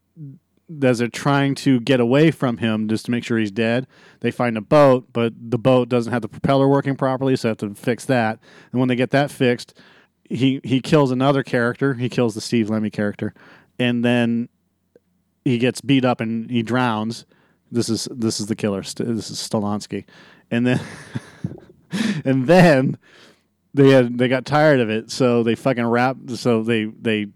Speaker 2: as they're trying to get away from him just to make sure he's dead, they find a boat, but the boat doesn't have the propeller working properly, so they have to fix that. And when they get that fixed, he he kills another character. He kills the Steve Lemmy character, and then he gets beat up and he drowns. This is this is the killer. St- This is Stolansky, and then and then they had they got tired of it, so they fucking wrap. So they they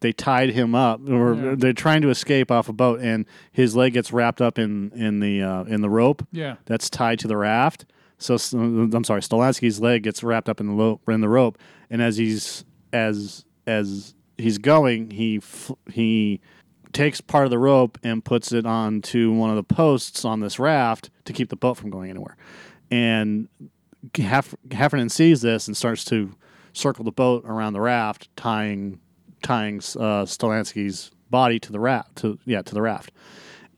Speaker 2: they tied him up, or they're trying to escape off a boat, and his leg gets wrapped up in in the uh, in the rope.
Speaker 1: Yeah.
Speaker 2: that's tied to the raft. So S- I'm sorry, Stolansky's leg gets wrapped up in the lo- in the rope, and as he's as as he's going, he f- he takes part of the rope and puts it onto one of the posts on this raft to keep the boat from going anywhere. And Heff- Heffernan sees this and starts to circle the boat around the raft, tying tying uh, Stolansky's body to the raft. To yeah, to the raft,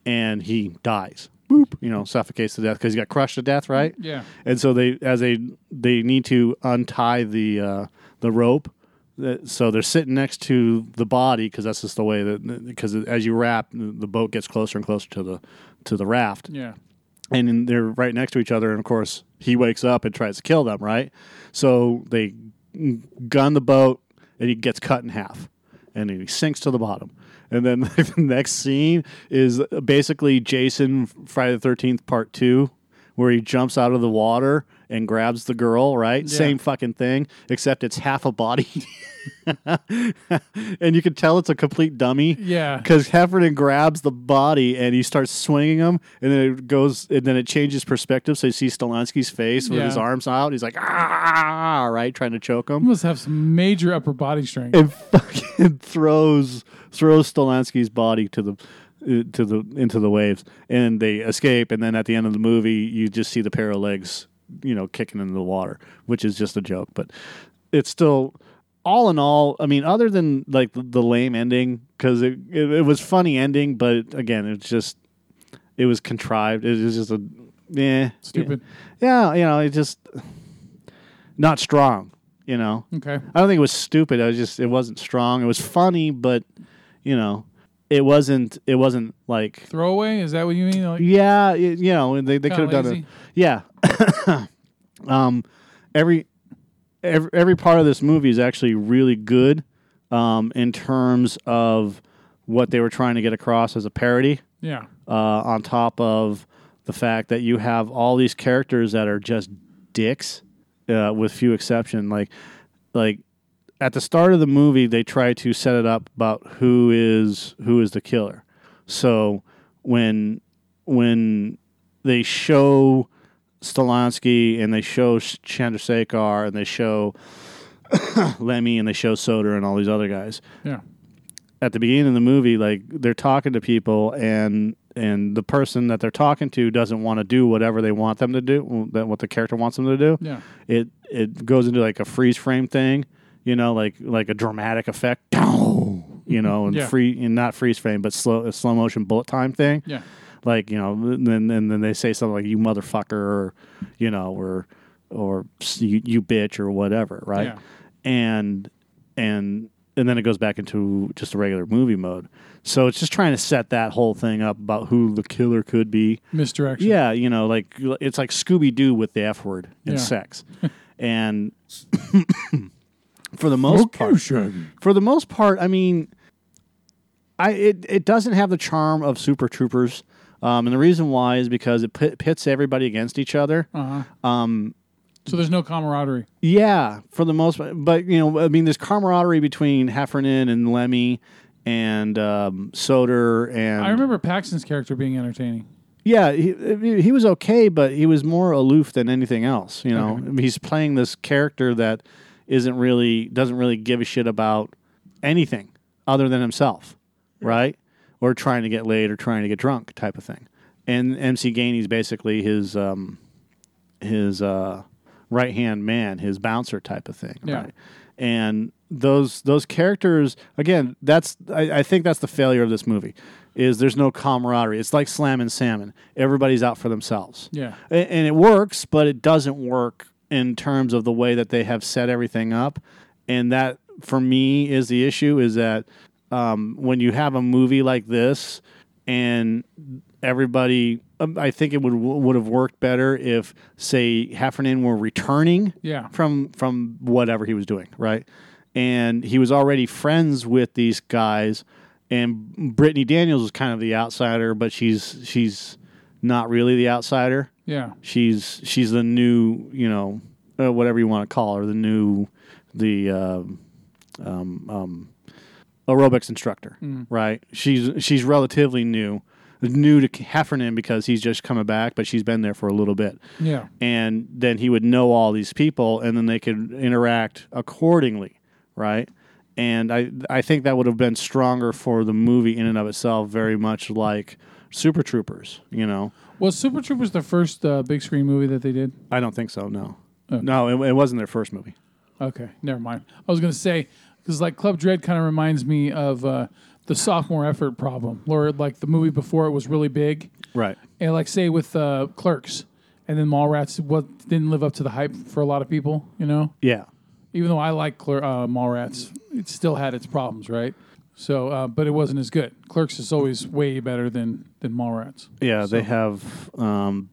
Speaker 2: and he dies. Boop, you know, suffocates to death because he got crushed to death, right?
Speaker 1: Yeah.
Speaker 2: And so they as they they need to untie the uh, the rope. That- So they're sitting next to the body because that's just the way that because as you wrap, the boat gets closer and closer to the to the raft
Speaker 1: Yeah.
Speaker 2: and then they're right next to each other. And of course, he wakes up and tries to kill them, right? So they gun the boat, and he gets cut in half, and he sinks to the bottom. And then the next scene is basically Jason Friday the Thirteenth Part Two, where he jumps out of the water and grabs the girl, right?
Speaker 1: Yeah.
Speaker 2: Same fucking thing, except it's half a body. and you can tell it's a complete dummy.
Speaker 1: Yeah.
Speaker 2: Because Heffernan grabs the body and he starts swinging him, and then it goes, and then it changes perspective. So you see Stolansky's face with
Speaker 1: Yeah.
Speaker 2: his arms out. He's like, ah, right, trying to choke
Speaker 1: You
Speaker 2: him,
Speaker 1: must have some major upper body strength.
Speaker 2: and fucking throws throws Stolansky's body to the uh, to the into the waves, and they escape. And then at the end of the movie, you just see the pair of legs, you know, kicking into the water, which is just a joke, but it's still all in all, I mean, other than like the, the lame ending, because it, it it was funny ending, but again, it's just it was contrived. It was just a yeah,
Speaker 1: Stupid.
Speaker 2: Yeah, you know, it just not strong. You know,
Speaker 1: Okay.
Speaker 2: I don't think it was stupid. I was just it wasn't strong. It was funny, but you know, it wasn't it wasn't like
Speaker 1: Throwaway? Is that what you mean? Like,
Speaker 2: yeah, it, you know, they, they could
Speaker 1: Kinda
Speaker 2: have done it.
Speaker 1: lazy.
Speaker 2: Yeah. um, every, every every part of this movie is actually really good um, in terms of what they were trying to get across as a parody.
Speaker 1: Yeah.
Speaker 2: Uh, on top of the fact that you have all these characters that are just dicks, uh, with few exception. Like, like at the start of the movie they try to set it up about who is who is the killer. So when when they show Stalansky and they show Chandrasekhar and they show Lemmy and they show Soder and all these other guys.
Speaker 1: Yeah.
Speaker 2: At the beginning of the movie, like they're talking to people and and the person that they're talking to doesn't want to do whatever they want them to do, that what the character wants them to do.
Speaker 1: Yeah.
Speaker 2: It it goes into like a freeze frame thing, you know, like like a dramatic effect, you know, and
Speaker 1: Yeah.
Speaker 2: free and not freeze frame, but slow a slow motion bullet time thing
Speaker 1: Yeah.
Speaker 2: like you know and then and then they say something like you motherfucker or you know or or s- you, you bitch or whatever right
Speaker 1: Yeah.
Speaker 2: and and and then it goes back into just a regular movie mode so it's just trying to set that whole thing up about who the killer could be
Speaker 1: Misdirection.
Speaker 2: yeah you know like it's like scooby-doo with the f word and
Speaker 1: Yeah.
Speaker 2: sex and for the most part for the most part i mean I it, it doesn't have the charm of Super Troopers, um, and the reason why is because it pit, pits everybody against each other.
Speaker 1: Uh-huh.
Speaker 2: Um,
Speaker 1: So there's no camaraderie.
Speaker 2: yeah, for the most part, but you know, I mean, there's camaraderie between Heffernan and Lemmy and um, Soder, and
Speaker 1: I remember Paxton's character being entertaining.
Speaker 2: yeah, he, he- he was okay, but he was more aloof than anything else. You know, he's playing this character that isn't really doesn't really give a shit about anything other than himself, right? Or trying to get laid or trying to get drunk type of thing. And MC Gainey's basically his um, his uh, right hand man, his bouncer type of thing.
Speaker 1: Yeah.
Speaker 2: Right? And those those characters again, that's I, I think that's the failure of this movie is there's no camaraderie. It's like Slam and Salmon. Everybody's out for themselves.
Speaker 1: Yeah.
Speaker 2: A- And, it works, but it doesn't work in terms of the way that they have set everything up. And that for me is the issue is that um, when you have a movie like this and everybody um, I think it would would have worked better if say Heffernan were returning
Speaker 1: Yeah.
Speaker 2: from from whatever he was doing, right? And he was already friends with these guys, and Brittany Daniels is kind of the outsider, but she's she's not really the outsider.
Speaker 1: Yeah.
Speaker 2: she's she's the new, you know, uh, whatever you want to call her, the new, the um, um, um, aerobics instructor,
Speaker 1: Mm.
Speaker 2: right? She's she's relatively new, new to Heffernan because he's just coming back, but she's been there for a little bit
Speaker 1: Yeah.
Speaker 2: and then he would know all these people and then they could interact accordingly right and i i think that would have been stronger for the movie in and of itself very much like super troopers you know
Speaker 1: Was Super Troopers the first uh, big screen movie that they did?
Speaker 2: i don't think so no
Speaker 1: Oh.
Speaker 2: no it, it wasn't their first movie
Speaker 1: Okay, never mind. I was going to say because like Club Dread kind of reminds me of uh, the sophomore effort problem, or like the movie before it was really big,
Speaker 2: right
Speaker 1: and like say with uh, Clerks, and then Mallrats what didn't live up to the hype for a lot of people, you know.
Speaker 2: yeah
Speaker 1: Even though I like Cler- uh, Mallrats, it still had its problems, right? So, uh, but it wasn't as good. Clerks is always way better than than Mallrats.
Speaker 2: yeah they have um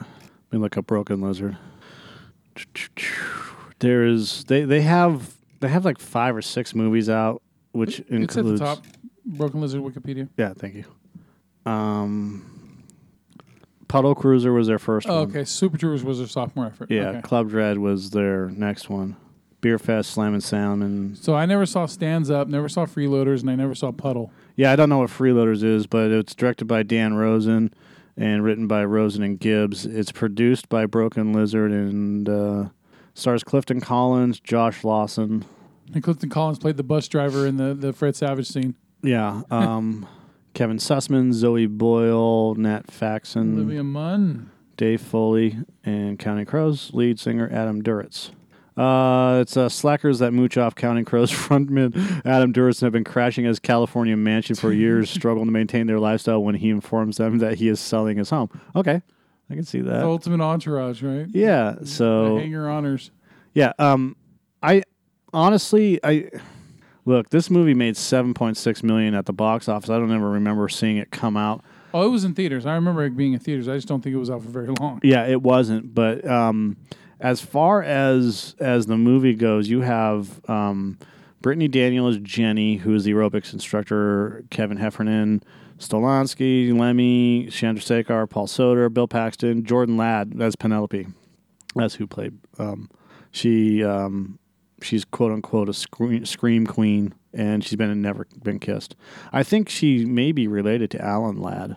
Speaker 2: let me look up broken lizard there is they they have they have like five or six movies out
Speaker 1: It's
Speaker 2: which
Speaker 1: at the
Speaker 2: includes
Speaker 1: top. Broken Lizard Wikipedia.
Speaker 2: Yeah, thank you. Um, Puddle Cruiser was their first
Speaker 1: Oh,
Speaker 2: one.
Speaker 1: okay, Super Troopers was their sophomore effort.
Speaker 2: Um, Yeah,
Speaker 1: Okay.
Speaker 2: Club Dread was their next one. Beer Fest, Slam and Sound, and
Speaker 1: So I never saw Stands Up, never saw Freeloaders, and I never saw Puddle.
Speaker 2: yeah, I don't know what Freeloaders is, but it's directed by Dan Rosen and written by Rosen and Gibbs. It's produced by Broken Lizard and uh, stars Clifton Collins, Josh Lawson.
Speaker 1: And Clifton Collins played the bus driver in the, the Fred Savage scene.
Speaker 2: Yeah, um, Kevin Sussman, Zoe Boyle, Nat Faxon,
Speaker 1: Olivia Munn.
Speaker 2: Dave Foley and Counting Crows lead singer Adam Duritz. Uh, it's uh, slackers that mooch off Counting Crows frontman Adam Duritz have been crashing his California mansion for years, struggling to maintain their lifestyle when he informs them that he is selling his home. Okay, I can see
Speaker 1: The
Speaker 2: that.
Speaker 1: ultimate entourage, right?
Speaker 2: Yeah,
Speaker 1: The
Speaker 2: so
Speaker 1: Oh. hanger honors.
Speaker 2: yeah, um, I honestly, I look. This movie made seven point six million at the box office. I don't ever remember seeing it come out.
Speaker 1: Oh, it was in theaters. I remember it being in theaters. I just don't think it was out for very long.
Speaker 2: Yeah, it wasn't. But um, as far as as the movie goes, you have um, Brittany Daniels, Jenny, who is the aerobics instructor, Kevin Heffernan, Stolansky, Lemmy, Chandrasekhar, Paul Soder, Bill Paxton, Jordan Ladd. That's Penelope. That's who played. Um, she um, she's quote unquote a scream, scream queen, and she's been never been kissed. I think she may be related to Alan Ladd.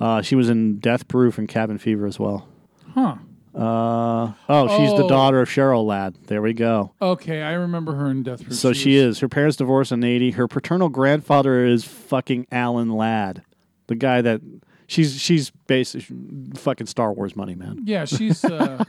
Speaker 2: Uh, she was in Death Proof and Cabin Fever as well.
Speaker 1: Huh.
Speaker 2: Uh, oh, she's the
Speaker 1: Oh.
Speaker 2: daughter of Cheryl Ladd. There we go.
Speaker 1: Okay, I remember her in Death Proof.
Speaker 2: So she is. Her parents divorced in 80. Her paternal grandfather is fucking Alan Ladd, the guy that she's she's basically fucking Star Wars money, man.
Speaker 1: Yeah, she's. Uh,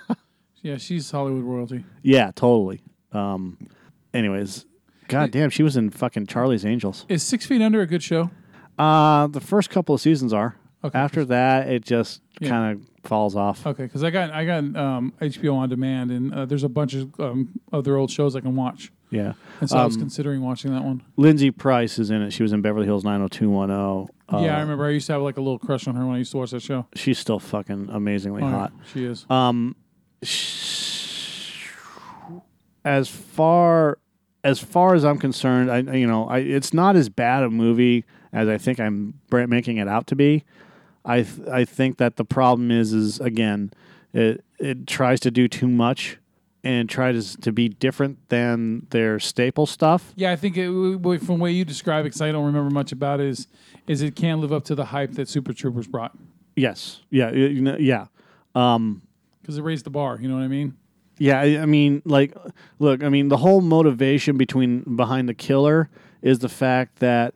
Speaker 1: yeah, she's Hollywood royalty.
Speaker 2: Yeah, totally. Um, anyways, god damn, she was in fucking Charlie's Angels.
Speaker 1: Is Six Feet Under a good show?
Speaker 2: Uh, the first couple of seasons are. After that, it just
Speaker 1: Yeah.
Speaker 2: kind of falls off.
Speaker 1: Okay, because I got I got um, HBO on demand, and uh, there's a bunch of um, other old shows I can watch,
Speaker 2: Yeah.
Speaker 1: and so I was
Speaker 2: Um,
Speaker 1: considering watching that one.
Speaker 2: Lindsay Price is in it. She was in Beverly Hills 90210. Uh,
Speaker 1: yeah, I remember I used to have like a little crush on her when I used to watch that show.
Speaker 2: She's still fucking amazingly
Speaker 1: Oh, yeah,
Speaker 2: hot.
Speaker 1: she is.
Speaker 2: Um, as far as far as I'm concerned, I you know I it's not as bad a movie as I think I'm br- making it out to be. I th- I think that the problem is is again it it tries to do too much and tries to be different than their staple stuff.
Speaker 1: Yeah, I think it, w- w- from the way you describe it, because I don't remember much about it, is is it can't live up to the hype that Super Troopers brought
Speaker 2: Yes. Yeah. y- You know, yeah. Um,
Speaker 1: because it raised the bar. You know what I mean?
Speaker 2: Yeah, I, I mean, like, look, I mean, the whole motivation between behind the killer is the fact that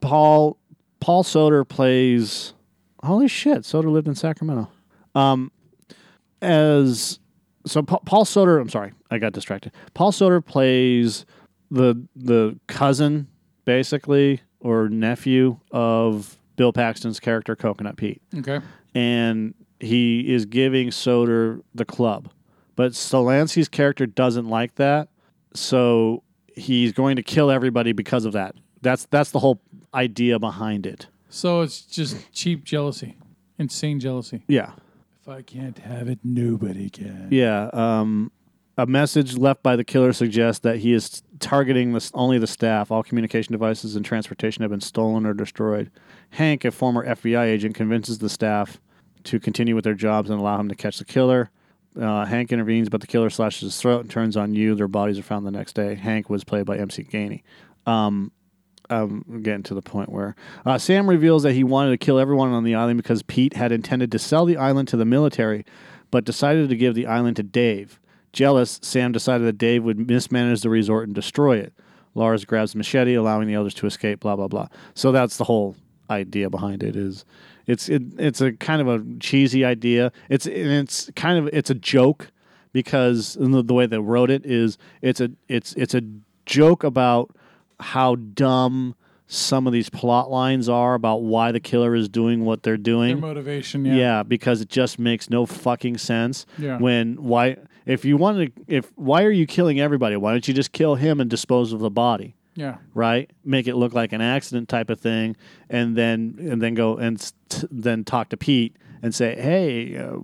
Speaker 2: Paul Paul Soder plays. Holy shit, Soder lived in Sacramento. Um, as so, Pa- Paul Soder. I'm sorry, I got distracted. Paul Soder plays the the cousin, basically, or nephew of Bill Paxton's character, Coconut Pete
Speaker 1: Okay.
Speaker 2: and he is giving Soder the club. But Solanski's character doesn't like that, so he's going to kill everybody because of that. That's that's the whole idea behind it.
Speaker 1: So it's just cheap jealousy, insane jealousy.
Speaker 2: Yeah.
Speaker 1: If I can't have it, nobody can.
Speaker 2: Yeah. Um, a message left by the killer suggests that he is targeting the, only the staff. All communication devices and transportation have been stolen or destroyed. Hank, a former FBI agent, convinces the staff to continue with their jobs and allow him to catch the killer. Uh, Hank intervenes, but the killer slashes his throat and turns on you. Their bodies are found the next day. Hank was played by MC Gainey. Um, um, getting to the point where uh, Sam reveals that he wanted to kill everyone on the island because Pete had intended to sell the island to the military, but decided to give the island to Dave. Jealous, Sam decided that Dave would mismanage the resort and destroy it. Lars grabs the machete, allowing the others to escape. Blah blah blah. So that's the whole idea behind it. Is it's it, it's a kind of a cheesy idea. It's and it's kind of it's a joke because and the, the way they wrote it is it's a it's it's a joke about how dumb some of these plot lines are about why the killer is doing what they're doing.
Speaker 1: Their motivation, yeah.
Speaker 2: because it just makes no fucking sense.
Speaker 1: Yeah.
Speaker 2: When why if you wanted to if why are you killing everybody? Why don't you just kill him and dispose of the body?
Speaker 1: Yeah.
Speaker 2: Right? Make it look like an accident type of thing and then and then go and s- t- then talk to Pete and say, "Hey, uh,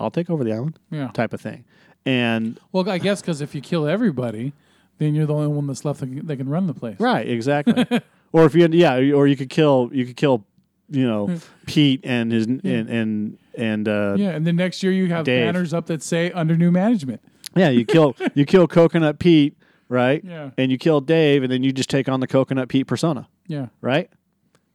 Speaker 2: I'll take over the island."
Speaker 1: Yeah.
Speaker 2: type of thing. And
Speaker 1: Well, I guess because if you kill everybody, then you're the only one that's left that can, that can run the place.
Speaker 2: Right, exactly. or if you yeah, or you could kill you could kill you know Pete and his and and and uh,
Speaker 1: Hmm. yeah, and then next year you have
Speaker 2: Dave.
Speaker 1: banners up that say under new management.
Speaker 2: yeah you kill you kill Coconut Pete right
Speaker 1: Yeah.
Speaker 2: and you kill Dave and then you just take on the Coconut Pete persona
Speaker 1: Yeah.
Speaker 2: right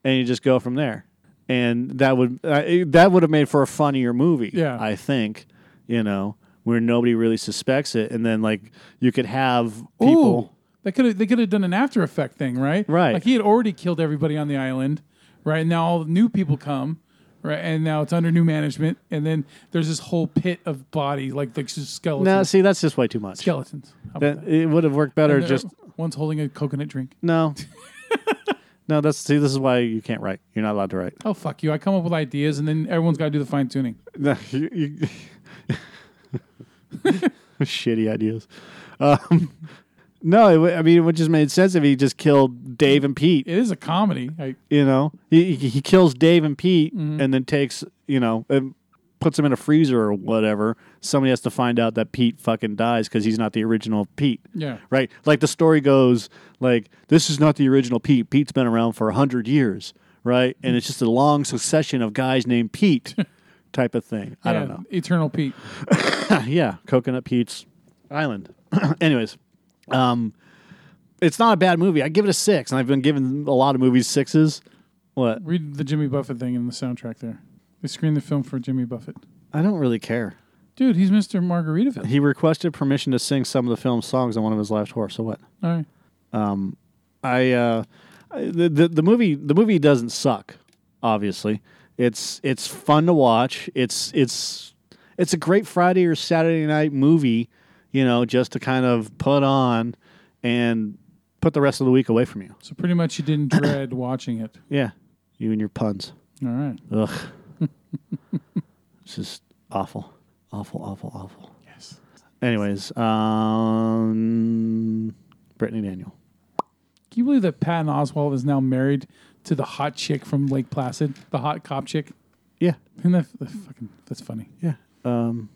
Speaker 2: and you just go from there and that would uh, it- that would have made for a funnier movie
Speaker 1: Yeah.
Speaker 2: I think you know where nobody really suspects it and then like you could have
Speaker 1: Ooh,
Speaker 2: people.
Speaker 1: they could have they could have done an After Effect thing, right? Right. Like he had already killed everybody on the island, right? And now all the new people come, right? And now it's under new management, and then there's this whole pit of bodies, like the skeletons.
Speaker 2: No, see that's just way too much.
Speaker 1: Skeletons. How about
Speaker 2: That, it would have worked better
Speaker 1: And uh, they're-
Speaker 2: just
Speaker 1: one's holding a coconut drink.
Speaker 2: No. no, that's see, this is why you can't write. You're not allowed to write.
Speaker 1: Oh fuck you! I come up with ideas, and then everyone's got to do the fine tuning.
Speaker 2: No, you, you- Shitty ideas. Um, no, it, would- I mean, it would just made sense if he just killed Dave and Pete.
Speaker 1: It is a comedy. I,
Speaker 2: You know, he, he he kills Dave and Pete
Speaker 1: Mm-hmm.
Speaker 2: and then takes, you know, and puts him in a freezer or whatever. Somebody has to find out that Pete fucking dies because he's not the original Pete.
Speaker 1: Yeah.
Speaker 2: Right? Like the story goes, like, this is not the original Pete. Pete's been around for 100 years, right? And it's just a long succession of guys named Pete type of thing. I don't
Speaker 1: Yeah,
Speaker 2: know.
Speaker 1: Eternal Pete.
Speaker 2: yeah. Coconut Pete's Island. Anyways, Um, it's not a bad movie. I give it a six, and I've been giving a lot of movies sixes. What?
Speaker 1: Read the Jimmy Buffett thing in the soundtrack there. They screened the film for Jimmy Buffett.
Speaker 2: I don't really care.
Speaker 1: Dude, he's Mr. Margaritaville.
Speaker 2: He requested permission to sing some of the film's songs on one of his last tours. So what?
Speaker 1: All right.
Speaker 2: Um, I uh, I- the, the the movie the movie doesn't suck. Obviously, it's it's fun to watch. It's it's it's a great Friday or Saturday night movie. You know, just to kind of put on and put the rest of the week away from you.
Speaker 1: So pretty much you didn't dread watching it.
Speaker 2: Yeah, you and your puns.
Speaker 1: All right.
Speaker 2: Ugh. it's just awful, awful, awful, awful.
Speaker 1: Yes.
Speaker 2: Anyways, um, Brittany Daniel.
Speaker 1: Can you believe that Patton Oswald is now married to the hot chick from Lake Placid, the hot cop chick?
Speaker 2: Yeah.
Speaker 1: Isn't that, that fucking that's funny?
Speaker 2: Yeah. Um,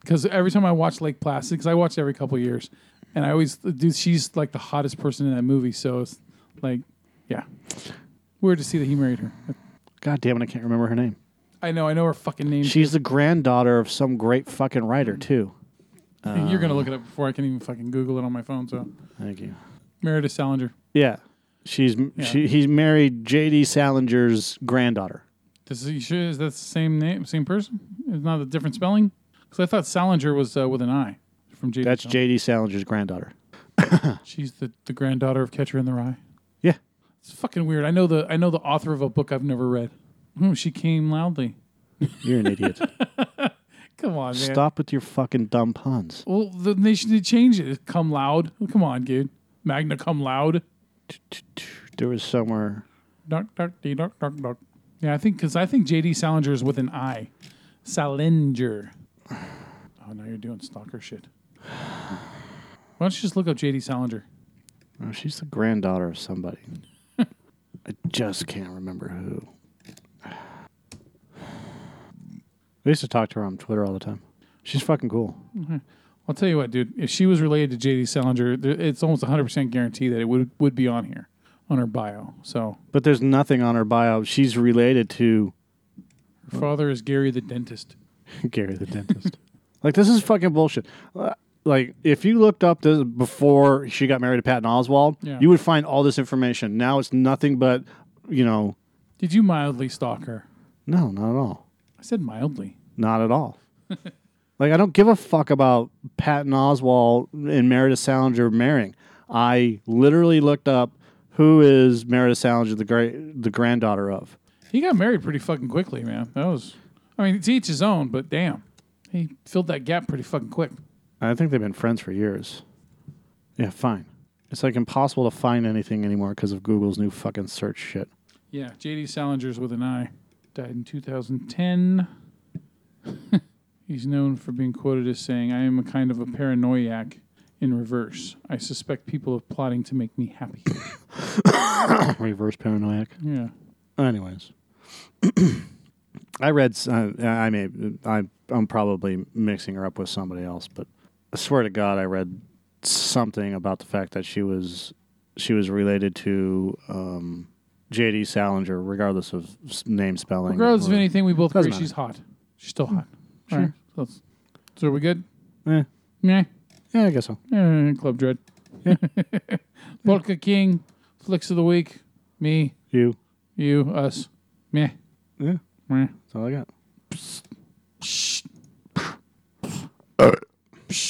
Speaker 1: Because every time I watch Lake Placid, because I watch it every couple of years, and I always dude, she's like the hottest person in that movie. So it's like, yeah, weird to see that he married her.
Speaker 2: God damn it, I can't remember her name.
Speaker 1: I know, I know her fucking name.
Speaker 2: She's the granddaughter of some great fucking writer too. Uh,
Speaker 1: You're gonna look it up before I can even fucking Google it on my phone. So
Speaker 2: Thank you.
Speaker 1: Meredith Salinger.
Speaker 2: Yeah, she's she. He's married J.D. Salinger's granddaughter.
Speaker 1: Does he, sure is that the same name, same person? It's not a different spelling. Because I thought Salinger was uh, with an I from J.
Speaker 2: That's J.D. Salinger's granddaughter.
Speaker 1: She's the, the granddaughter of Catcher in the Rye.
Speaker 2: Yeah.
Speaker 1: It's fucking weird. I know the I know the author of a book I've never read. Hmm, she came loudly.
Speaker 2: You're an idiot.
Speaker 1: Come on, man.
Speaker 2: Stop with your fucking dumb puns.
Speaker 1: Well, the they should change it. Come loud. Come on, dude. Magna come loud.
Speaker 2: There was somewhere.
Speaker 1: Dark, dark, dee, dark, dark, dark. Yeah, I think because I think J.D. Salinger is with an I. Salinger. Oh, now you're doing stalker shit. Why don't you just look up J.D. Salinger?
Speaker 2: Oh, she's the granddaughter of somebody. I just can't remember who. I used to talk to her on Twitter all the time. She's fucking cool.
Speaker 1: I'll tell you what, dude. If she was related to J.D. Salinger, there- it's almost 100% guarantee that it would would be on here, on her bio. So
Speaker 2: But there's nothing on her bio. She's related to
Speaker 1: her father is Gary the dentist.
Speaker 2: Gary the dentist. like this is fucking bullshit. Uh, Like if you looked up this before she got married to Patton Oswald,
Speaker 1: Yeah.
Speaker 2: you would find all this information. Now it's nothing but you know,
Speaker 1: Did you mildly stalk her?
Speaker 2: no, not at all.
Speaker 1: I said mildly.
Speaker 2: Not at all. like I don't give a fuck about Patton Oswald and Meredith Salinger marrying. I literally looked up who is Meredith Salinger the great the granddaughter of.
Speaker 1: He got married pretty fucking quickly, man. That was, I mean, it's each his own, but damn, he filled that gap pretty fucking quick.
Speaker 2: I think they've been friends for years. Yeah, fine. It's like impossible to find anything anymore because of Google's new fucking search shit.
Speaker 1: Yeah, J.D. Salinger's with an I. Died in 2010. He's known for being quoted as saying, I am a kind of a paranoiac in reverse. I suspect people of plotting to make me happy.
Speaker 2: Reverse paranoiac.
Speaker 1: yeah.
Speaker 2: Anyways, I read. s- Uh, I may. I, I'm probably mixing her up with somebody else, but I swear to God, I read something about the fact that she was she was related to um, J.D. Salinger, regardless of s- name spelling.
Speaker 1: Regardless of
Speaker 2: or-
Speaker 1: anything, we both
Speaker 2: Doesn't
Speaker 1: agree
Speaker 2: matter.
Speaker 1: she's hot. She's still hot.
Speaker 2: Sure.
Speaker 1: All right. So, it's- so are we good?
Speaker 2: Eh.
Speaker 1: Yeah.
Speaker 2: Yeah, I guess so.
Speaker 1: Eh, Club Dread. Polka King, Flicks of the Week, me,
Speaker 2: You.
Speaker 1: you, us. Meh.
Speaker 2: Yeah.
Speaker 1: Meh.
Speaker 2: That's all I got.